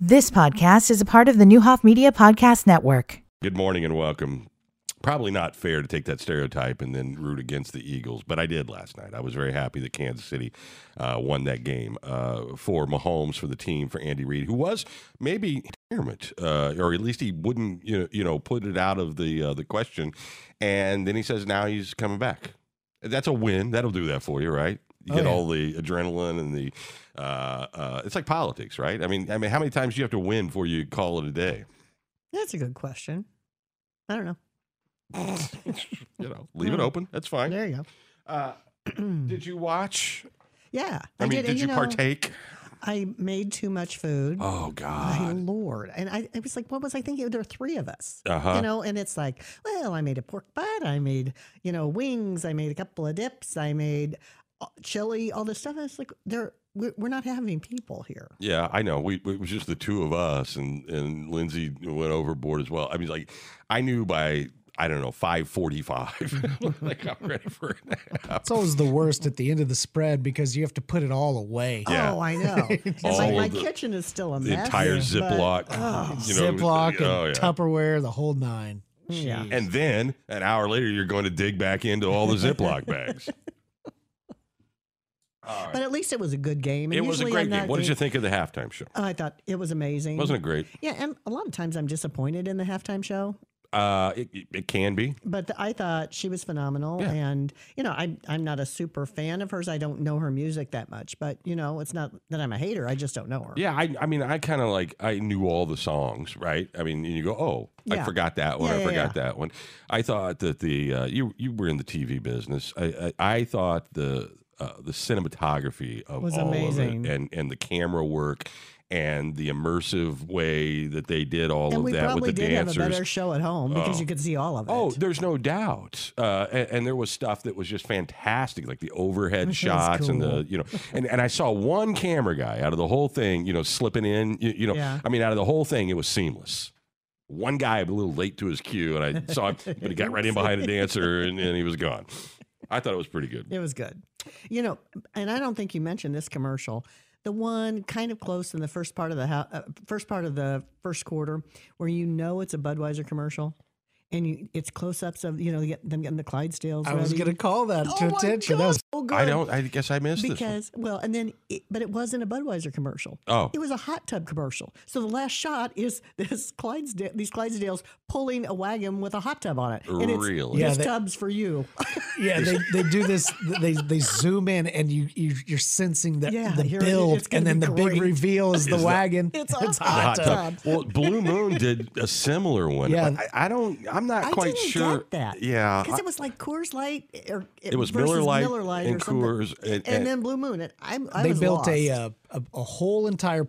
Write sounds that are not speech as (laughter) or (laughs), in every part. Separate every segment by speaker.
Speaker 1: This podcast is a part of the Newhoff Media Podcast Network.
Speaker 2: Good morning and welcome. Probably not fair to take that stereotype and then root against the Eagles, but I did last night. I was very happy that Kansas City uh, won that game uh, for Mahomes, for the team, for Andy Reid, who was maybe retirement, uh, or at least he wouldn't, you know, you know put it out of the uh, the question. And then he says now he's coming back. That's a win. That'll do that for you, right? You
Speaker 3: Oh,
Speaker 2: get
Speaker 3: yeah.
Speaker 2: all the adrenaline and the uh, uh, it's like politics, right? I mean, I mean, how many times do you have to win before you call it a day?
Speaker 3: That's a good question. I don't know.
Speaker 2: (laughs) you know, leave it open. That's fine.
Speaker 3: There you
Speaker 2: Uh,
Speaker 3: go. (clears throat)
Speaker 2: did you watch?
Speaker 3: yeah.
Speaker 2: I, mean, did,
Speaker 3: and,
Speaker 2: you,
Speaker 3: know,
Speaker 2: partake?
Speaker 3: I made too much food.
Speaker 2: Oh
Speaker 3: My
Speaker 2: God.
Speaker 3: lord. And I, I was like, what was I thinking? There are three of us.
Speaker 2: Uh huh.
Speaker 3: You know, and it's like, well, I made a pork butt, I made, you know, wings, I made a couple of dips, I made uh, chili, all this stuff. And it's like, there, we're, we're not having people here.
Speaker 2: Yeah, I know. We, we it was just the two of us, and and Lindsay went overboard as well. I mean, like I knew by I don't know five forty five, (laughs) like I'm ready for it. now.
Speaker 4: It's always the worst at the end of the spread because you have to put it all away.
Speaker 2: Yeah.
Speaker 3: Oh,
Speaker 2: (laughs)
Speaker 3: I know. And
Speaker 2: All
Speaker 3: like, my
Speaker 2: of the-
Speaker 3: kitchen is still a
Speaker 2: the
Speaker 3: mess.
Speaker 2: entire
Speaker 3: but-
Speaker 2: Ziploc.
Speaker 3: oh,
Speaker 2: You know,
Speaker 4: Ziploc and
Speaker 2: oh, yeah.
Speaker 4: Tupperware, the whole nine.
Speaker 3: Yeah.
Speaker 4: Jeez.
Speaker 2: And then an hour later, you're going to dig back into all the Ziploc
Speaker 3: (laughs)
Speaker 2: bags. All right.
Speaker 3: But at least it was a good game. And
Speaker 2: It was a
Speaker 3: usually
Speaker 2: great
Speaker 3: I'm
Speaker 2: game.
Speaker 3: not
Speaker 2: What did
Speaker 3: big-
Speaker 2: you think of the halftime show?
Speaker 3: Oh, I thought it was amazing.
Speaker 2: Wasn't it great?
Speaker 3: Yeah, and a lot of times I'm disappointed in the halftime show,
Speaker 2: Uh, it, it- it can be.
Speaker 3: but I thought she was phenomenal.
Speaker 2: Yeah.
Speaker 3: And you know, I'm I'm not a super fan of hers. I don't know her music that much, but you know, it's not that I'm a hater. I just don't know her.
Speaker 2: Yeah, I, I mean, I kind of like I knew all the songs, right? I mean, and you go, oh, I
Speaker 3: Yeah.
Speaker 2: forgot that one.
Speaker 3: Yeah,
Speaker 2: I
Speaker 3: yeah,
Speaker 2: forgot that one. I thought that the uh, you you were in the TV business. I I, I thought the uh, the cinematography of
Speaker 3: Was
Speaker 2: all
Speaker 3: amazing.
Speaker 2: of it and and the camera work and the immersive way that they did all
Speaker 3: and
Speaker 2: of
Speaker 3: we
Speaker 2: that with
Speaker 3: probably
Speaker 2: the
Speaker 3: did
Speaker 2: dancers.
Speaker 3: have a better show at home because you could see all of it.
Speaker 2: Oh, there's no doubt, uh, and, and there was stuff that was just fantastic, like the overhead
Speaker 3: was
Speaker 2: shots and
Speaker 3: cool.
Speaker 2: the you know, and, and I saw one camera guy out of the whole thing, you know, slipping in, you, you know,
Speaker 3: Yeah.
Speaker 2: I mean, out of the whole thing, it was seamless. One guy a little late to his cue, and I saw him, but he got right in
Speaker 3: (laughs)
Speaker 2: behind a dancer, and, and he was gone. I thought it was pretty good.
Speaker 3: It was good. You know, and I don't think you mentioned this commercial. The one kind of close in the first part of the hou- uh, first part of the first quarter where you know it's a Budweiser commercial and you, it's close-ups of, you know, get- them getting the Clydesdales
Speaker 4: I was
Speaker 3: ready.
Speaker 4: going to call that
Speaker 3: Oh
Speaker 4: to
Speaker 3: my Oh,
Speaker 4: attention.
Speaker 3: God,
Speaker 4: That was
Speaker 3: so good.
Speaker 2: I don't. I guess I missed this. one.
Speaker 3: because well, and then it, but it wasn't a Budweiser commercial.
Speaker 2: Oh,
Speaker 3: It was a hot tub commercial. So the last shot is (laughs) this Clydesdale, these Clydesdales pulling a wagon with a hot tub on it, and it's
Speaker 2: really?
Speaker 4: Yeah,
Speaker 3: this
Speaker 4: they-
Speaker 3: tub's for you.
Speaker 4: yeah. They, they do this. They they zoom in and you, you you're sensing the
Speaker 3: Yeah,
Speaker 4: the
Speaker 3: here it is. It's
Speaker 4: build,
Speaker 3: gonna
Speaker 4: and then
Speaker 3: be
Speaker 4: the
Speaker 3: great.
Speaker 4: big reveal is the
Speaker 2: Is that-
Speaker 4: wagon.
Speaker 3: It's a
Speaker 2: hot
Speaker 3: hot
Speaker 2: tub.
Speaker 3: tub.
Speaker 2: Well, Blue Moon did a similar
Speaker 3: (laughs)
Speaker 2: one.
Speaker 4: Yeah.
Speaker 2: but I, I don't. I'm not
Speaker 3: I
Speaker 2: quite
Speaker 3: didn't
Speaker 2: sure.
Speaker 3: get that.
Speaker 2: Yeah,
Speaker 3: Because
Speaker 2: I-
Speaker 3: it was like Coors Light, or
Speaker 2: it was
Speaker 3: versus
Speaker 2: Miller Lite,
Speaker 3: Miller Lite
Speaker 2: and
Speaker 3: or something.
Speaker 2: Coors, and,
Speaker 3: and, then Blue Moon. It, I'm, I
Speaker 4: they
Speaker 3: was
Speaker 4: built a,
Speaker 3: lost.
Speaker 4: uh, a a whole entire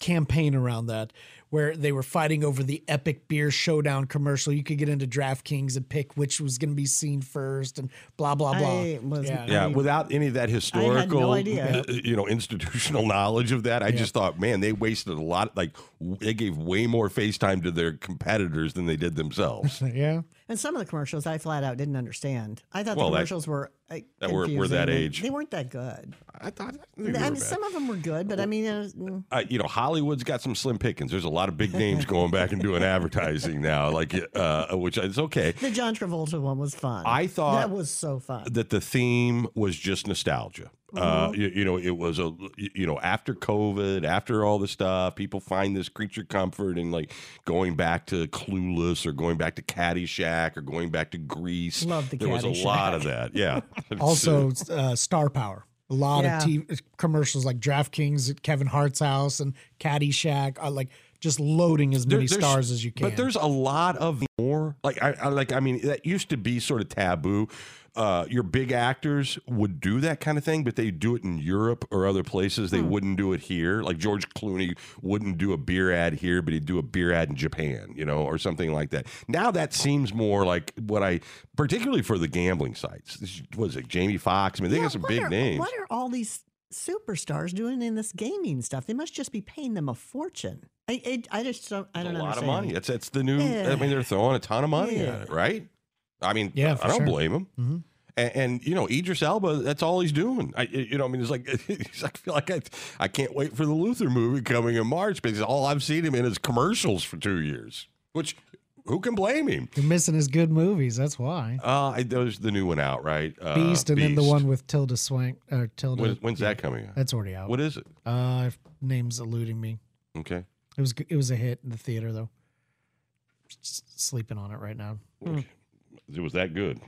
Speaker 4: campaign around that where they were fighting over the epic beer showdown commercial you could get into draftkings and pick which was going to be seen first and blah blah blah
Speaker 3: I was-
Speaker 4: yeah.
Speaker 2: Yeah,
Speaker 3: I mean,
Speaker 2: without any of that historical,
Speaker 3: idea.
Speaker 2: uh, (laughs) you know, institutional (laughs) knowledge of that, I just thought, man, they wasted a lot. Like w- they gave way more FaceTime to their competitors than they did themselves.
Speaker 4: yeah
Speaker 3: and some of the commercials I flat out didn't understand. I thought
Speaker 2: Well,
Speaker 3: the
Speaker 2: that-
Speaker 3: commercials were uh,
Speaker 2: that were- were
Speaker 3: confusing
Speaker 2: that
Speaker 3: and
Speaker 2: age.
Speaker 3: They weren't that good.
Speaker 2: I thought, I think
Speaker 3: I
Speaker 2: they were
Speaker 3: mean,
Speaker 2: bad.
Speaker 3: some of them were good, but I mean, it was, mm,
Speaker 2: uh, you know, Hollywood's got some slim pickings. There's a lot of big names going back and doing advertising now, like uh, which is okay.
Speaker 3: the John Travolta one was fun.
Speaker 2: I thought
Speaker 3: that was so fun.
Speaker 2: that the theme was just nostalgia. Uh,
Speaker 3: Mm-hmm.
Speaker 2: you, you know, it was a you know after COVID, after all the stuff, people find this creature comfort in like going back to Clueless or going back to Caddyshack or going back to Grease.
Speaker 3: Love the
Speaker 2: there was a
Speaker 3: Caddyshack.
Speaker 2: lot of that. Yeah. (laughs)
Speaker 4: also uh, star power a lot
Speaker 3: Yeah.
Speaker 4: of TV commercials like draftkings at kevin hart's house and caddyshack uh, like just loading as
Speaker 2: There-
Speaker 4: many
Speaker 2: there's-
Speaker 4: stars as you can
Speaker 2: But there's a lot of more. Like I, I like I mean that used to be sort of taboo. Uh, your big actors would do that kind of thing, but they do it in Europe or other places.
Speaker 4: Hmm.
Speaker 2: They wouldn't do it here. Like George Clooney wouldn't do a beer ad here, but he'd do a beer ad in Japan, you know, or something like that. Now that seems more like what I, particularly for the gambling sites. This Was it Jamie Foxx? I mean, they
Speaker 3: Yeah,
Speaker 2: got some
Speaker 3: what
Speaker 2: big
Speaker 3: are,
Speaker 2: names.
Speaker 3: What are all these superstars doing in this gaming stuff? They must just be paying them a fortune. I, I, I just don't. I
Speaker 2: It's
Speaker 3: don't
Speaker 2: a lot of
Speaker 3: understand.
Speaker 2: money. That's that's the new. I
Speaker 3: Yeah.
Speaker 2: mean, they're throwing a ton of money
Speaker 3: Yeah. Mm-hmm.
Speaker 2: at it, right? I mean,
Speaker 4: Yeah,
Speaker 2: I
Speaker 4: for
Speaker 2: don't
Speaker 4: sure.
Speaker 2: blame them.
Speaker 4: Mhm.
Speaker 2: And, and you know, Idris Elba, that's all he's doing. I, you know, I mean, it's like (laughs) he's like, I feel like I, I can't wait for the Luther movie coming in March because all I've seen him in is commercials for two years. Which, who can blame him?
Speaker 4: You're missing his good movies. That's why.
Speaker 2: Uh, I, there's the new one out, right? Uh,
Speaker 4: Beast, and then the
Speaker 2: Beast.
Speaker 4: one with Tilda Swank or Tilda.
Speaker 2: When, when's that coming out?
Speaker 4: That's already out.
Speaker 2: What is it?
Speaker 4: Uh, name's eluding me.
Speaker 2: Okay.
Speaker 4: It was it was a hit in the theater though. Just sleeping on it right now.
Speaker 2: okay. It was that good.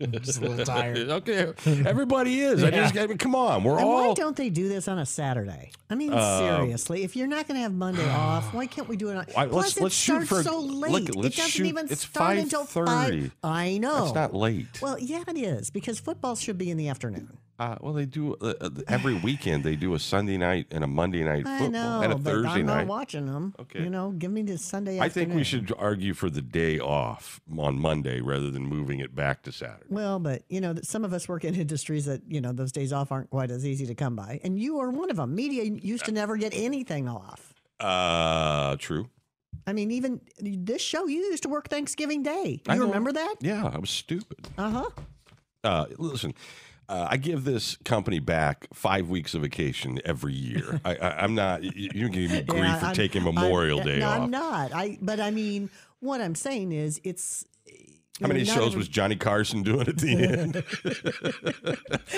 Speaker 4: I'm just a little tired.
Speaker 2: okay. Everybody is. I just, I mean, come on. We're
Speaker 3: And why
Speaker 2: all. Uh,
Speaker 3: don't they do this on a Saturday? I mean, seriously, if you're not going to have Monday off, why can't we do it on?
Speaker 2: Why-
Speaker 3: Plus,
Speaker 2: let's-
Speaker 3: it
Speaker 2: let's shoot
Speaker 3: starts
Speaker 2: for-
Speaker 3: so
Speaker 2: look,
Speaker 3: late.
Speaker 2: let's
Speaker 3: it doesn't
Speaker 2: shoot-
Speaker 3: even
Speaker 2: it's
Speaker 3: start until
Speaker 2: 5:30.
Speaker 3: five. I know.
Speaker 2: It's not late.
Speaker 3: Well, yeah, it is because football should be in the afternoon.
Speaker 2: Uh, well, they do uh, uh, every weekend. They do a Sunday night and a Monday night
Speaker 3: I
Speaker 2: football
Speaker 3: know,
Speaker 2: and a
Speaker 3: but
Speaker 2: Thursday
Speaker 3: I'm
Speaker 2: night.
Speaker 3: not watching them.
Speaker 2: Okay.
Speaker 3: you know, give me the Sunday.
Speaker 2: I think we
Speaker 3: afternoon.
Speaker 2: should argue for the day off on Monday rather than moving it back to Saturday.
Speaker 3: Well, but you know, that some of us work in industries that you know those days off aren't quite as easy to come by, and you are one of them. Media used to never get anything off.
Speaker 2: Uh, true.
Speaker 3: I mean, even this show, you used to work Thanksgiving Day.
Speaker 2: I
Speaker 3: You
Speaker 2: know.
Speaker 3: remember that?
Speaker 2: Yeah, I was stupid.
Speaker 3: Uh huh.
Speaker 2: Uh, listen, uh, I give this company back five weeks of vacation every
Speaker 3: (laughs)
Speaker 2: year. I, I, I'm not. You, you give me grief for
Speaker 3: I'm-
Speaker 2: taking
Speaker 3: I'm-
Speaker 2: Memorial Day
Speaker 3: no,
Speaker 2: off.
Speaker 3: I'm not. I. But I mean, what I'm saying is, it's.
Speaker 2: How many shows was Johnny Carson doing at the end?
Speaker 3: (laughs)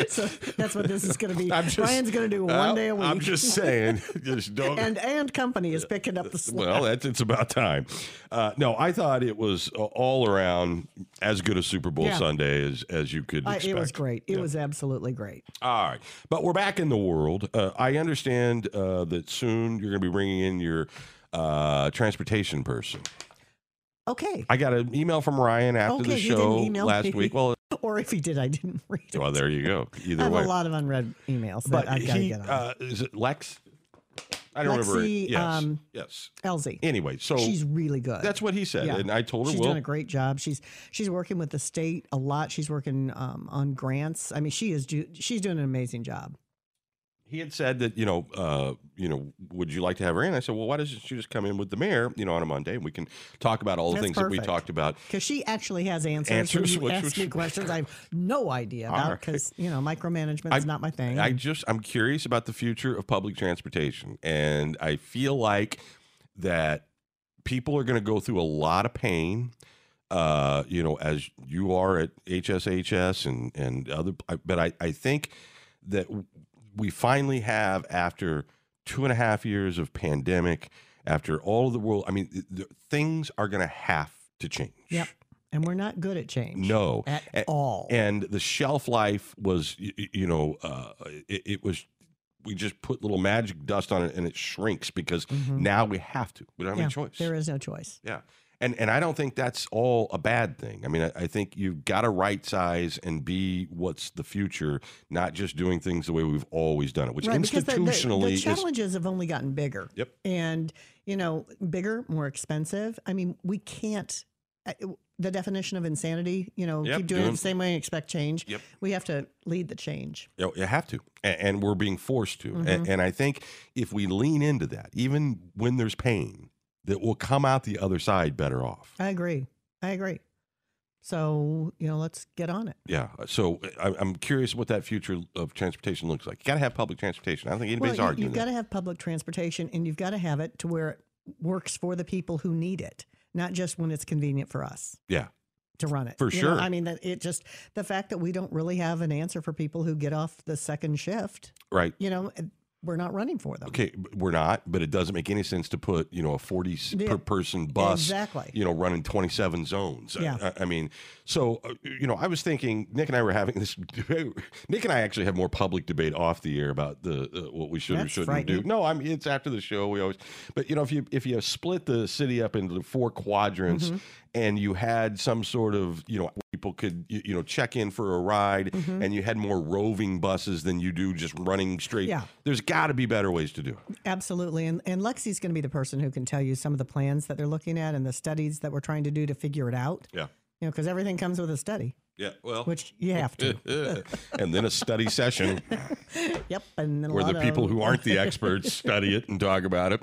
Speaker 3: so that's what this is going to be.
Speaker 2: (laughs) I'm just-
Speaker 3: Brian's going to do one
Speaker 2: Well,
Speaker 3: day a week.
Speaker 2: I'm just saying. (laughs) Just
Speaker 3: (laughs)
Speaker 2: don't.
Speaker 3: and and company is picking up the slack.
Speaker 2: Well, that's, it's about time. Uh, no, I thought it was uh, all around as good a Super Bowl
Speaker 3: Yeah.
Speaker 2: Sunday as, as you could
Speaker 3: I,
Speaker 2: expect.
Speaker 3: it was great. It was absolutely great.
Speaker 2: All right. But we're back in the world. Uh, I understand uh, that soon you're going to be bringing in your uh, transportation person.
Speaker 3: Okay.
Speaker 2: I got an email from Ryan after
Speaker 3: Okay,
Speaker 2: the
Speaker 3: he didn't
Speaker 2: show
Speaker 3: email
Speaker 2: last
Speaker 3: me.
Speaker 2: week. Well,
Speaker 3: Or if he did, I didn't read it.
Speaker 2: well, there you go.
Speaker 3: I
Speaker 2: Either
Speaker 3: have
Speaker 2: way.
Speaker 3: a lot of unread emails that
Speaker 2: but
Speaker 3: I've got to
Speaker 2: he,
Speaker 3: get on.
Speaker 2: uh, is it Lex? I don't remember.
Speaker 3: Lexi,
Speaker 2: Yes.
Speaker 3: um,
Speaker 2: yes.
Speaker 3: Elsie,
Speaker 2: Anyway, so
Speaker 3: she's really good.
Speaker 2: that's what he said.
Speaker 3: Yeah.
Speaker 2: And I told her,
Speaker 3: She's
Speaker 2: well,
Speaker 3: doing a great job. She's she's working with the state a lot. She's working um, on grants. I mean, she is ju- she's doing an amazing job.
Speaker 2: he had said that you know uh you know would you like to have her in i said well why doesn't you just come in with the mayor you know on a monday and we can talk about all the
Speaker 3: That's
Speaker 2: things that we
Speaker 3: perfect.
Speaker 2: talked about
Speaker 3: Because she actually has answers.
Speaker 2: Answers,
Speaker 3: when you
Speaker 2: which-
Speaker 3: ask
Speaker 2: (laughs) which-
Speaker 3: me questions I have no idea
Speaker 2: All
Speaker 3: about
Speaker 2: right.
Speaker 3: because you know micromanagement
Speaker 2: I-
Speaker 3: is not my thing.
Speaker 2: i just i'm curious about the future of public transportation and i feel like that people are going to go through a lot of pain uh you know as you are at hshs and and other I- but i i think that w- we finally have after two and a half years of pandemic after all of the world i mean th- th- things are going to have to change
Speaker 3: Yep. and we're not good at change.
Speaker 2: no
Speaker 3: at
Speaker 2: A-
Speaker 3: all.
Speaker 2: and the shelf life was y- y- you know uh, it, it was we just put little magic dust on it and it shrinks because
Speaker 3: Mhm.
Speaker 2: now we have to we don't have
Speaker 3: Yeah,
Speaker 2: any choice
Speaker 3: There is no choice.
Speaker 2: yeah and and i don't think that's all a bad thing i mean i, I think you've got to right size and be what's the future not just doing things the way we've always done it which
Speaker 3: because the- the-
Speaker 2: institutionally
Speaker 3: the,
Speaker 2: is
Speaker 3: challenges have only gotten bigger.
Speaker 2: Yep.
Speaker 3: And you know, bigger, more expensive. I mean, we can't. uh, The definition of insanity. You know,
Speaker 2: Yep,
Speaker 3: keep doing it
Speaker 2: doing-
Speaker 3: the same way and expect change.
Speaker 2: Yep.
Speaker 3: We have to lead the change.
Speaker 2: You, know, you have to, and, and we're being forced to. A-
Speaker 3: Mm-hmm.
Speaker 2: And, I think if we lean into that, even when there's pain, that we'll come out the other side better off.
Speaker 3: I agree. I agree. So you know, let's get on it.
Speaker 2: Yeah. uh, So I, I'm curious what that future of transportation looks like. You got to have public transportation. I don't think anybody's
Speaker 3: well, you,
Speaker 2: arguing
Speaker 3: have got
Speaker 2: that.
Speaker 3: to have public transportation, and you've got to have it to where it works for the people who need it, not just when it's convenient for us.
Speaker 2: yeah.
Speaker 3: to run it
Speaker 2: For
Speaker 3: You know,
Speaker 2: sure.
Speaker 3: I mean, that it just the fact that we don't really have an answer for people who get off the second shift.
Speaker 2: Right.
Speaker 3: You know, we're not running for them.
Speaker 2: Okay. b- We're not, but it doesn't make any sense to put you know a 40 s-
Speaker 3: Yeah.
Speaker 2: per person bus.
Speaker 3: Exactly.
Speaker 2: You know, running 27 zones. I-
Speaker 3: Yeah.
Speaker 2: I, I mean, so uh, you know, I was thinking. Nick and I were having this. (laughs) Nick and I actually have more public debate off the air about the uh, what we should or
Speaker 3: That's
Speaker 2: shouldn't do.
Speaker 3: frightening.
Speaker 2: No, I'm. It's after the show. We always. But you know, if you if you split the city up into the four quadrants,
Speaker 3: Mm-hmm.
Speaker 2: and you had some sort of you know people could you, you know check in for a ride,
Speaker 3: Mm-hmm.
Speaker 2: and you had more roving buses than you do just running straight.
Speaker 3: Yeah.
Speaker 2: There's got to be better ways to do it.
Speaker 3: Absolutely. And and Lexi's going to be the person who can tell you some of the plans that they're looking at and the studies that we're trying to do to figure it out.
Speaker 2: Yeah.
Speaker 3: You know, because everything comes with a study,
Speaker 2: Yeah. Well.
Speaker 3: which you have to.
Speaker 2: (laughs) and then a study
Speaker 3: (laughs)
Speaker 2: session.
Speaker 3: yep. And then a
Speaker 2: where the
Speaker 3: lot
Speaker 2: people
Speaker 3: of- (laughs)
Speaker 2: who aren't the experts study it and talk about it.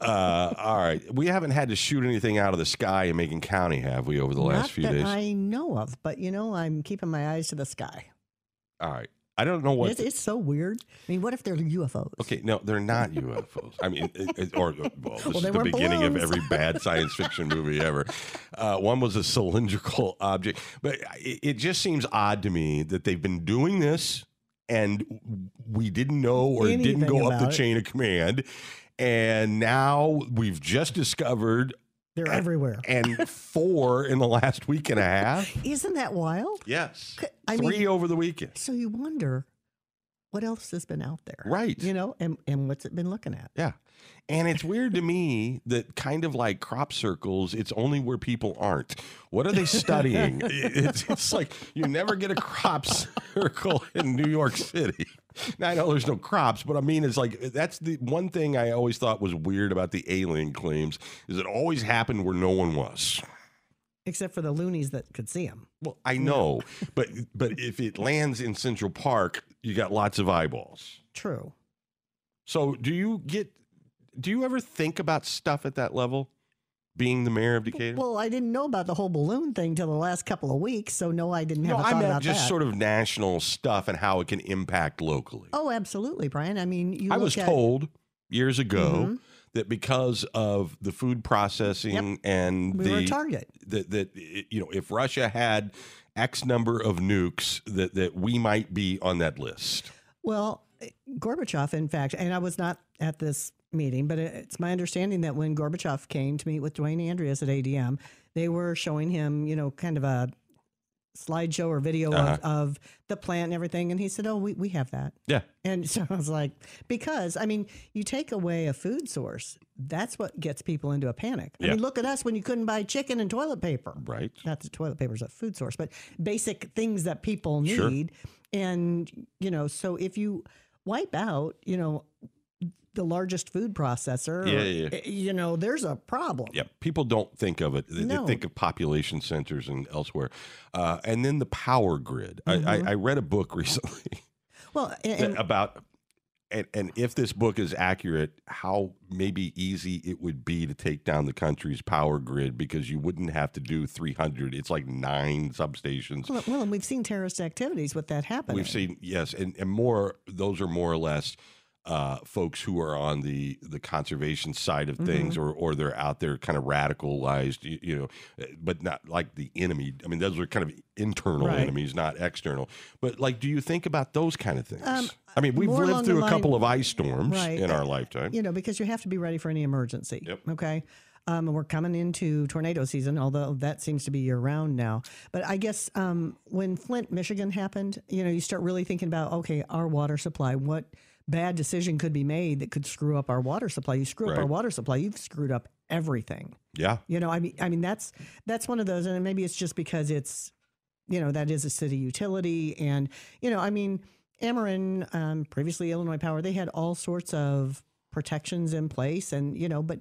Speaker 2: Uh, all right. We haven't had to shoot anything out of the sky in Macon County, have we, over the
Speaker 3: Not
Speaker 2: last few
Speaker 3: that
Speaker 2: days?
Speaker 3: I know of, but you know, I'm keeping my eyes to the sky.
Speaker 2: all right. I don't know what.
Speaker 3: It's, it's so weird. I mean, what if they're UFOs?
Speaker 2: Okay, no, they're not UFOs. I mean, it, it- or well, this
Speaker 3: Well,
Speaker 2: is
Speaker 3: they
Speaker 2: the
Speaker 3: weren't
Speaker 2: beginning of
Speaker 3: balloons.
Speaker 2: every bad science fiction movie ever. Uh, one was a cylindrical (laughs) object, but it, it just seems odd to me that they've been doing this and we didn't know or it didn't
Speaker 3: Anything
Speaker 2: go up the
Speaker 3: about it.
Speaker 2: chain of command, and now we've just discovered
Speaker 3: They're everywhere.
Speaker 2: and four in the last week and a
Speaker 3: (laughs)
Speaker 2: half.
Speaker 3: Isn't that wild?
Speaker 2: Yes,
Speaker 3: C- I
Speaker 2: three
Speaker 3: mean-
Speaker 2: over the weekend.
Speaker 3: So you wonder what else has been out there.
Speaker 2: Right.
Speaker 3: You know, and, and what's it been looking at?
Speaker 2: Yeah. And it's weird to me that kind of like crop circles, it's only where people aren't. What are they studying? It- it's, it's like you never get a crop circle in New York City. Now I know there's no crops, but I mean it's like that's the one thing I always thought was weird about the alien claims is it always happened where no one was.
Speaker 3: Except for the loonies that could see them.
Speaker 2: Well, I know, but but if it lands in Central Park, you got lots of eyeballs.
Speaker 3: True.
Speaker 2: So do you get do you ever think about stuff at that level? Being the mayor of Decatur?
Speaker 3: Well, I didn't know about the whole balloon thing till the last couple of weeks, so no, I didn't have
Speaker 2: no,
Speaker 3: a thought
Speaker 2: I meant
Speaker 3: about
Speaker 2: just
Speaker 3: that.
Speaker 2: sort of national stuff and how it can impact locally.
Speaker 3: oh, absolutely, Brian. I mean, you
Speaker 2: I
Speaker 3: look
Speaker 2: was
Speaker 3: at- Mm-hmm.
Speaker 2: told years ago that because of the food processing and
Speaker 3: we
Speaker 2: the
Speaker 3: were a target.
Speaker 2: that that i- you know if Russia had X number of nukes that that we might be on that list.
Speaker 3: Well, eh, Gorbachev, in fact, and I was not at this meeting, but it- it's my understanding that when Gorbachev came to meet with Dwayne Andreas at ADM, they were showing him, you know, kind of a slideshow or video
Speaker 2: Uh-huh.
Speaker 3: of, of the plant and everything. And he said, Oh, we, we have that.
Speaker 2: Yeah.
Speaker 3: And (laughs) so I was like, Because, I mean, you take away a food source, that's what gets people into a panic. I
Speaker 2: Yeah.
Speaker 3: mean, look at us when you couldn't buy chicken and toilet paper
Speaker 2: Right.
Speaker 3: not the toilet paper is a food source, but basic things that people
Speaker 2: Sure.
Speaker 3: need. And, you know, so if you wipe out, you know, the largest food processor,
Speaker 2: Yeah, yeah, yeah.
Speaker 3: eh, you know, there's a problem.
Speaker 2: Yeah, people don't think of it. They, they
Speaker 3: No.
Speaker 2: think of population centers and elsewhere. Uh, and then the power grid. I, I, I read a book (laughs) recently
Speaker 3: Well, and,
Speaker 2: that
Speaker 3: Mm-hmm. and
Speaker 2: about, and, and if this book is accurate, how maybe easy it would be to take down the country's power grid because you wouldn't have to do 300. It's like nine substations.
Speaker 3: well, well, and we've seen terrorist activities with that happening.
Speaker 2: We've seen, yes, and, and more, those are more or less. Uh, folks who are on the the conservation side
Speaker 3: Mm-hmm.
Speaker 2: of things, or or they're out there kind of radicalized, you, you know, uh, but not like the enemy. I mean, those are kind of internal
Speaker 3: Right.
Speaker 2: enemies, not external. But like, do you think about those kind of things?
Speaker 3: Um,
Speaker 2: I mean, we've
Speaker 3: more
Speaker 2: lived
Speaker 3: along the
Speaker 2: through a
Speaker 3: line-
Speaker 2: couple of ice storms
Speaker 3: Right.
Speaker 2: in our
Speaker 3: Uh,
Speaker 2: lifetime.
Speaker 3: you know, because you have to be ready for any emergency.
Speaker 2: Yep.
Speaker 3: Okay. Um, and we're coming into tornado season, although that seems to be year round now. But I guess um, when Flint, Michigan happened, you know, you start really thinking about okay, our water supply. What bad decision could be made that could screw up our water supply? You screw up our
Speaker 2: Right.
Speaker 3: water supply, you've screwed up everything.
Speaker 2: Yeah.
Speaker 3: You know, I mean, I mean that's that's one of those, and maybe it's just because it's, you know, that is a city utility, and you know, I mean, Ameren, um, previously Illinois Power, they had all sorts of protections in place, and you know, but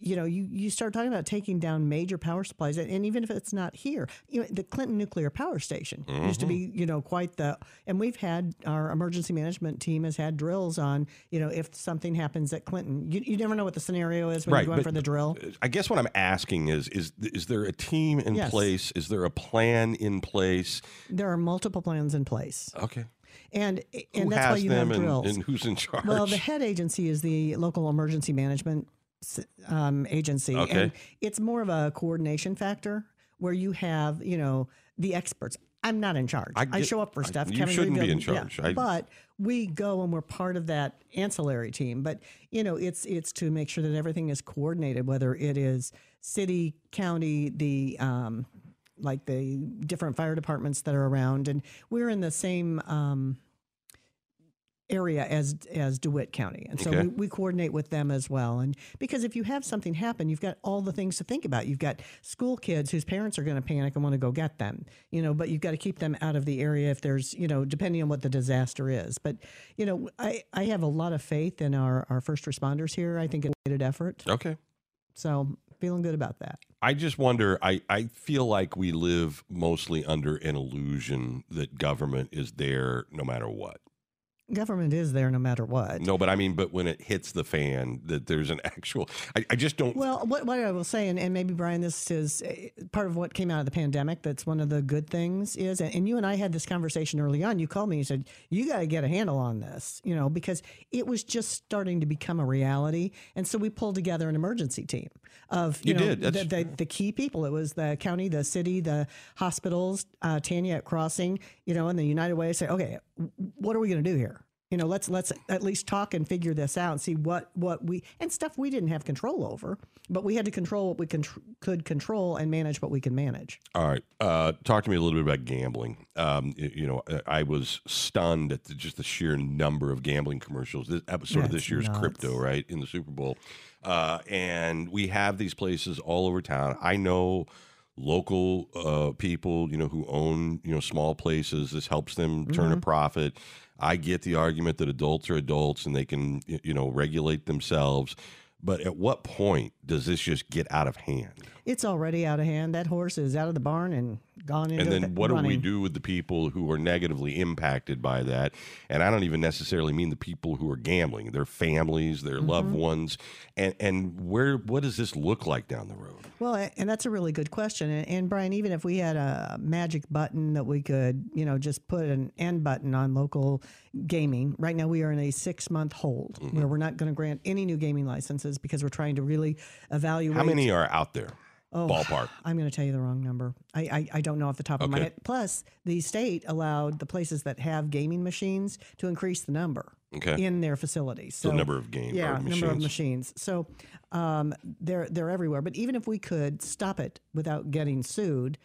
Speaker 3: you know, you you start talking about taking down major power supplies, and, and even if it's not here, you know, the Clinton Nuclear Power Station used to
Speaker 2: Mm-hmm.
Speaker 3: be, you know, quite the, and we've had our emergency management team has had drills on, you know, if something happens at Clinton, you, you never know what the scenario is when
Speaker 2: Right,
Speaker 3: you're going
Speaker 2: but-
Speaker 3: for the drill.
Speaker 2: I guess what I'm asking is is is there a team in
Speaker 3: Yes.
Speaker 2: place? Is there a plan in place?
Speaker 3: There are multiple plans in place,
Speaker 2: Okay.
Speaker 3: and
Speaker 2: who
Speaker 3: and that's why
Speaker 2: has
Speaker 3: you
Speaker 2: them
Speaker 3: have drills.
Speaker 2: and, and who's in charge?
Speaker 3: well, the head agency is the local emergency management s- um, agency,
Speaker 2: Okay.
Speaker 3: and it's more of a coordination factor where you have you know the experts. I'm not in charge.
Speaker 2: I
Speaker 3: I,
Speaker 2: get-
Speaker 3: show up for
Speaker 2: I-
Speaker 3: stuff.
Speaker 2: you
Speaker 3: Kevin
Speaker 2: shouldn't be
Speaker 3: Greenfield-
Speaker 2: in
Speaker 3: yeah.
Speaker 2: charge. I-
Speaker 3: but we go and we're part of that ancillary team. But you know, it's it's to make sure that everything is coordinated, whether it is city, county, the um, like the different fire departments that are around, and we're in the same um, area as as DeWitt County, and so
Speaker 2: Okay.
Speaker 3: we, we coordinate with them as well. And because if you have something happen, you've got all the things to think about. You've got school kids whose parents are going to panic and want to go get them, you know, but you've got to keep them out of the area if there's, you know, depending on what the disaster is. But you know, I I have a lot of faith in our our first responders here. I think it's a needed effort,
Speaker 2: okay.
Speaker 3: so feeling good about that.
Speaker 2: I just wonder. I, I feel like we live mostly under an illusion that government is there no matter what.
Speaker 3: government is there no matter what.
Speaker 2: No, but I mean, but when it hits the fan, that there's an (laughs) actual. I, I just don't.
Speaker 3: Well, what, what I will say, and, and maybe Brian, this is eh, part of what came out of the pandemic. That's one of the good things is, and, and you and I had this conversation early on. You called me and said you got to get a handle on this, you know, because it was just starting to become a reality. And so we pulled together an emergency team of you,
Speaker 2: You
Speaker 3: know
Speaker 2: did.
Speaker 3: The,
Speaker 2: That's-
Speaker 3: the, the key people. It was the county, the city, the hospitals, uh, Tanya at Crossing, you know, and the United Way. Say, okay, w- what are we going to do here? You know, let's let's at least talk and figure this out and see what what we and stuff we didn't have control over, but we had to control what we con- could control and manage what we could manage.
Speaker 2: All right, uh, talk to me a little bit about gambling. Um, y- you know, I- I was stunned at the, just the sheer number of gambling commercials. This episode of this
Speaker 3: That's
Speaker 2: year's
Speaker 3: nuts.
Speaker 2: crypto, right, in the Super Bowl, uh, and we have these places all over town. I know local uh, people, you know, who own you know small places. This helps them turn a profit. I get the argument that adults are adults and they can y- you know regulate themselves. But at what point does this just get out of hand?
Speaker 3: It's already out of hand. That horse is out of the barn and gone into
Speaker 2: And
Speaker 3: the-
Speaker 2: then what do we
Speaker 3: running.
Speaker 2: do with the people who are negatively impacted by that? And I don't even necessarily mean the people who are gambling, their families, their
Speaker 3: Mm-hmm.
Speaker 2: loved ones. And and where what does this look like down the road?
Speaker 3: Well, a- and that's a really good question. And, and Brian, even if we had a magic button that we could, you know, just put an end button on local gaming, right now we are in a six month hold
Speaker 2: Mm-hmm.
Speaker 3: where we're not going to grant any new gaming licenses because we're trying to really evaluate.
Speaker 2: How many are out there?
Speaker 3: Oh.
Speaker 2: Ballpark.
Speaker 3: I'm going to tell you the wrong number. I, I, I don't know off the top of my
Speaker 2: Okay.
Speaker 3: head. Plus, the state allowed the places that have gaming machines to increase the number
Speaker 2: Okay.
Speaker 3: in their facilities.
Speaker 2: the
Speaker 3: So-
Speaker 2: number of games.
Speaker 3: yeah,
Speaker 2: or
Speaker 3: number of
Speaker 2: machines.
Speaker 3: machines. So um, they're they're everywhere. But even if we could stop it without getting sued,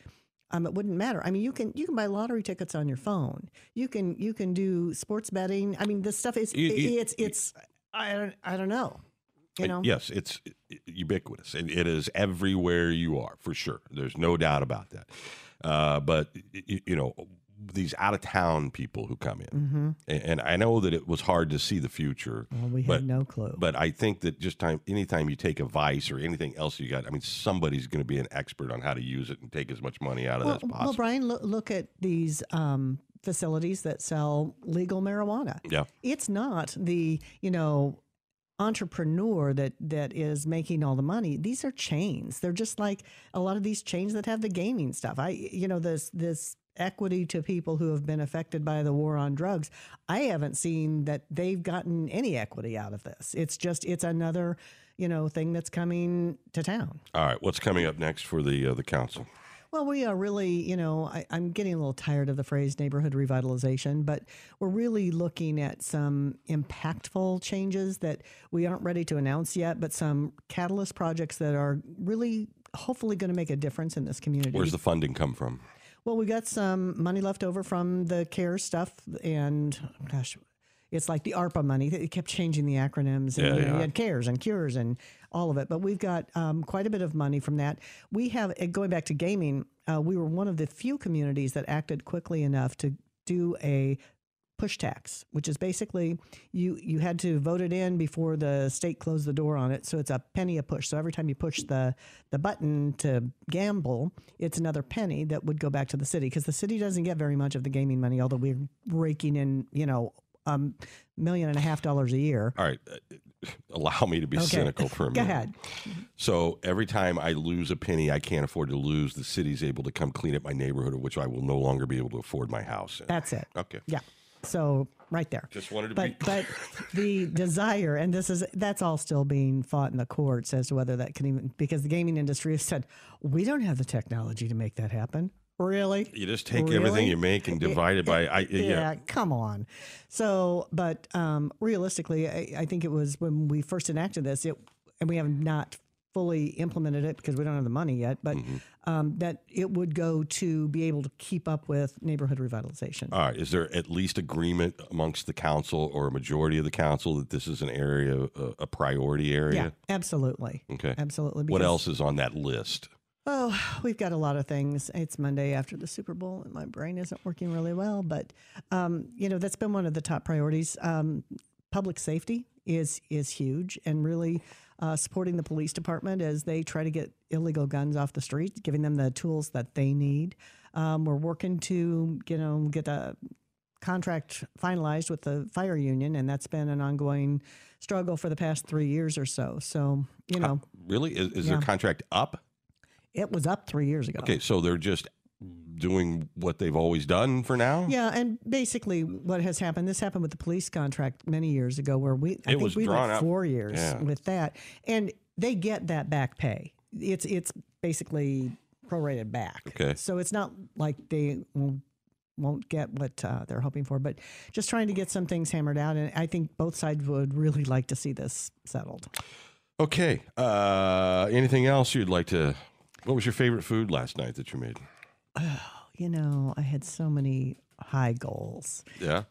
Speaker 3: um, it wouldn't matter. I mean, you can you can buy lottery tickets on your phone. You can you can do sports betting. I mean, this stuff is
Speaker 2: You- you-
Speaker 3: it's it's I don't I don't know. You know,
Speaker 2: Yes, it's ubiquitous. It, it is everywhere you are for sure. There's no doubt about that. Uh, but you, you know these out of town people who come in,
Speaker 3: Mm-hmm.
Speaker 2: and, and I know that it was hard to see the future.
Speaker 3: well, we
Speaker 2: but
Speaker 3: had no clue.
Speaker 2: But I think that just time, anytime you take a vice or anything else you got, I mean, somebody's going to be an expert on how to use it and take as much money out of
Speaker 3: well,
Speaker 2: that as
Speaker 3: well,
Speaker 2: possible.
Speaker 3: Brian, look, look at these um, facilities that sell legal marijuana.
Speaker 2: yeah,
Speaker 3: it's not the you know entrepreneur that that is making all the money these are chains they're just like a lot of these chains that have the gaming stuff i you know this this equity to people who have been affected by the war on drugs i haven't seen that they've gotten any equity out of this it's just it's another you know thing that's coming to town
Speaker 2: all right. What's coming up next for the uh, the council?
Speaker 3: well, we are really, you know, I, I'm getting a little tired of the phrase neighborhood revitalization, but we're really looking at some impactful changes that we aren't ready to announce yet, but some catalyst projects that are really hopefully going to make a difference in this community.
Speaker 2: Where's the funding come from?
Speaker 3: well, we got some money left over from the CARE stuff, and gosh, it's like the ARPA money. They kept changing the acronyms. And
Speaker 2: Yeah,
Speaker 3: you know,
Speaker 2: yeah.
Speaker 3: we had cares and cures and all of it. But we've got um, quite a bit of money from that. We have, and going back to gaming, uh, we were one of the few communities that acted quickly enough to do a push tax, which is basically you you had to vote it in before the state closed the door on it. So it's a penny a push. So every time you push the the button to gamble, it's another penny that would go back to the city because the city doesn't get very much of the gaming money, although we're raking in, you know, um, million and a half dollars a year.
Speaker 2: All right, (laughs) uh, allow me to be cynical for a
Speaker 3: (laughs) Go
Speaker 2: minute.
Speaker 3: ahead.
Speaker 2: So every time I lose a penny I can't afford to lose, the city's able to come clean up my neighborhood, of which I will no longer be able to afford my house. in.
Speaker 3: That's it.
Speaker 2: okay.
Speaker 3: Yeah. So right there.
Speaker 2: Just wanted to be
Speaker 3: but but the desire and this is that's all still being fought in the courts as to whether that can even because the gaming industry has said we don't have the technology to make that happen. Really?
Speaker 2: (laughs) You just take everything
Speaker 3: Really?
Speaker 2: you make and divide it by. I,
Speaker 3: yeah,
Speaker 2: yeah.
Speaker 3: come on. So, but um, realistically, I, I think it was when we first enacted this, it, and we have not fully implemented it because we don't have the money yet, but um, that it would go to be able to keep up with neighborhood revitalization.
Speaker 2: All right. uh, Is there at least agreement amongst the council or a majority of the council that this is an area, a, a priority
Speaker 3: yeah,
Speaker 2: area?
Speaker 3: absolutely.
Speaker 2: Okay.
Speaker 3: Absolutely.
Speaker 2: What
Speaker 3: because-
Speaker 2: else is on that list?
Speaker 3: Oh, (sighs) we've got a lot of things. It's Monday after the Super Bowl, and my brain isn't working really well. But um, you know, that's been one of the top priorities. Um, public safety is is huge, and really uh, supporting the police department as they try to get illegal guns off the street, giving them the tools that they need. Um, we're working to you know get the contract finalized with the fire union, and that's been an ongoing struggle for the past three years or so. So you know,
Speaker 2: Really? Is, is their
Speaker 3: Yeah.
Speaker 2: contract up?
Speaker 3: it was up three years ago.
Speaker 2: Okay, so they're just doing what they've always done for now? (laughs)
Speaker 3: Yeah, and basically what has happened, this happened with the police contract many years ago where we I
Speaker 2: It
Speaker 3: think
Speaker 2: was
Speaker 3: we
Speaker 2: drawn out.
Speaker 3: went four years
Speaker 2: Yeah.
Speaker 3: with that. And they get that back pay. It's it's basically prorated back.
Speaker 2: Okay.
Speaker 3: So it's not like they won't won't get what uh, they're hoping for, but just trying to get some things hammered out. And I think both sides would really (laughs) like to see this settled.
Speaker 2: Okay. Uh, anything else you'd like to? What was your favorite food last night that you made?
Speaker 3: You know, I had so many high goals.
Speaker 2: Yeah.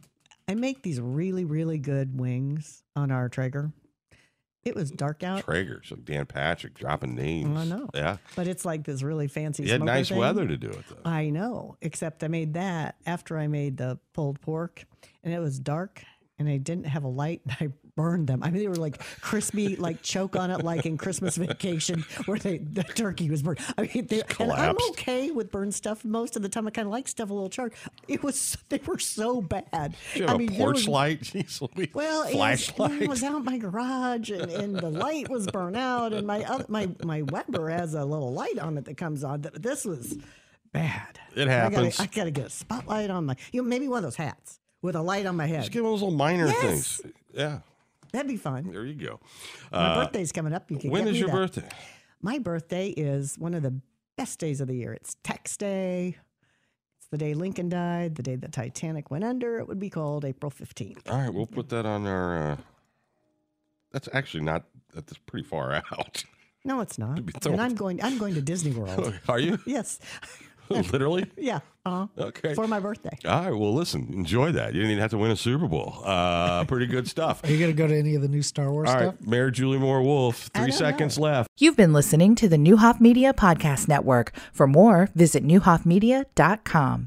Speaker 3: I make these really, really good wings on our Traeger. It was dark out.
Speaker 2: Traeger. So Dan Patrick dropping names.
Speaker 3: Uh, I know.
Speaker 2: Yeah.
Speaker 3: But it's like this really fancy.
Speaker 2: You had
Speaker 3: smoker
Speaker 2: nice
Speaker 3: thing.
Speaker 2: weather to do it, though.
Speaker 3: I know, except I made that after I made the pulled pork, and it was dark, and I didn't have a light, and I burned them. I mean, they were like crispy, like choke on it, like in Christmas Vacation, where they the turkey was burned. I mean, they, and I'm
Speaker 2: collapsed.
Speaker 3: okay with burned stuff most of the time. I kind of like stuff a little charred. It was they were so bad.
Speaker 2: Did you have
Speaker 3: I mean,
Speaker 2: a
Speaker 3: there
Speaker 2: porch
Speaker 3: was-
Speaker 2: light? (laughs) Jeez Louise.
Speaker 3: well, it was,
Speaker 2: flashlight.
Speaker 3: it was out my garage, and, and the light was burnt out, and my other, my my Weber has a little light on it that comes on. Th- This was bad.
Speaker 2: It
Speaker 3: I
Speaker 2: happens.
Speaker 3: gotta, I gotta get a spotlight on my. You know, maybe one of those hats with a light on my
Speaker 2: Just
Speaker 3: head.
Speaker 2: give them those little minor
Speaker 3: Yes.
Speaker 2: things. Yeah.
Speaker 3: That'd be fun.
Speaker 2: There you go.
Speaker 3: My
Speaker 2: Uh,
Speaker 3: birthday's coming up. You can
Speaker 2: when
Speaker 3: get
Speaker 2: is
Speaker 3: me
Speaker 2: your
Speaker 3: that.
Speaker 2: birthday?
Speaker 3: My birthday is one of the best days of the year. It's Tax Day. It's the day Lincoln died. The day the Titanic went under. It would be called April fifteenth.
Speaker 2: All right, we'll put that on our. Uh, that's actually not. That's pretty far (laughs) out.
Speaker 3: No, it's not.
Speaker 2: be told.
Speaker 3: And I'm going. I'm going to Disney
Speaker 2: (laughs)
Speaker 3: World.
Speaker 2: Are you
Speaker 3: yes. (laughs)
Speaker 2: literally?
Speaker 3: Yeah. Uh-huh.
Speaker 2: Okay.
Speaker 3: for my birthday.
Speaker 2: All right. Well, listen. Enjoy that. You didn't even have to win a Super Bowl. Uh, pretty good stuff.
Speaker 4: Are you going to go to any of the new Star Wars
Speaker 2: All
Speaker 4: stuff?
Speaker 2: right, Mayor Julie Moore Wolf.
Speaker 3: I
Speaker 2: Three
Speaker 3: don't
Speaker 2: seconds left.
Speaker 1: You've been listening to the Newhoff Media Podcast Network. For more, visit newhoffmedia.com.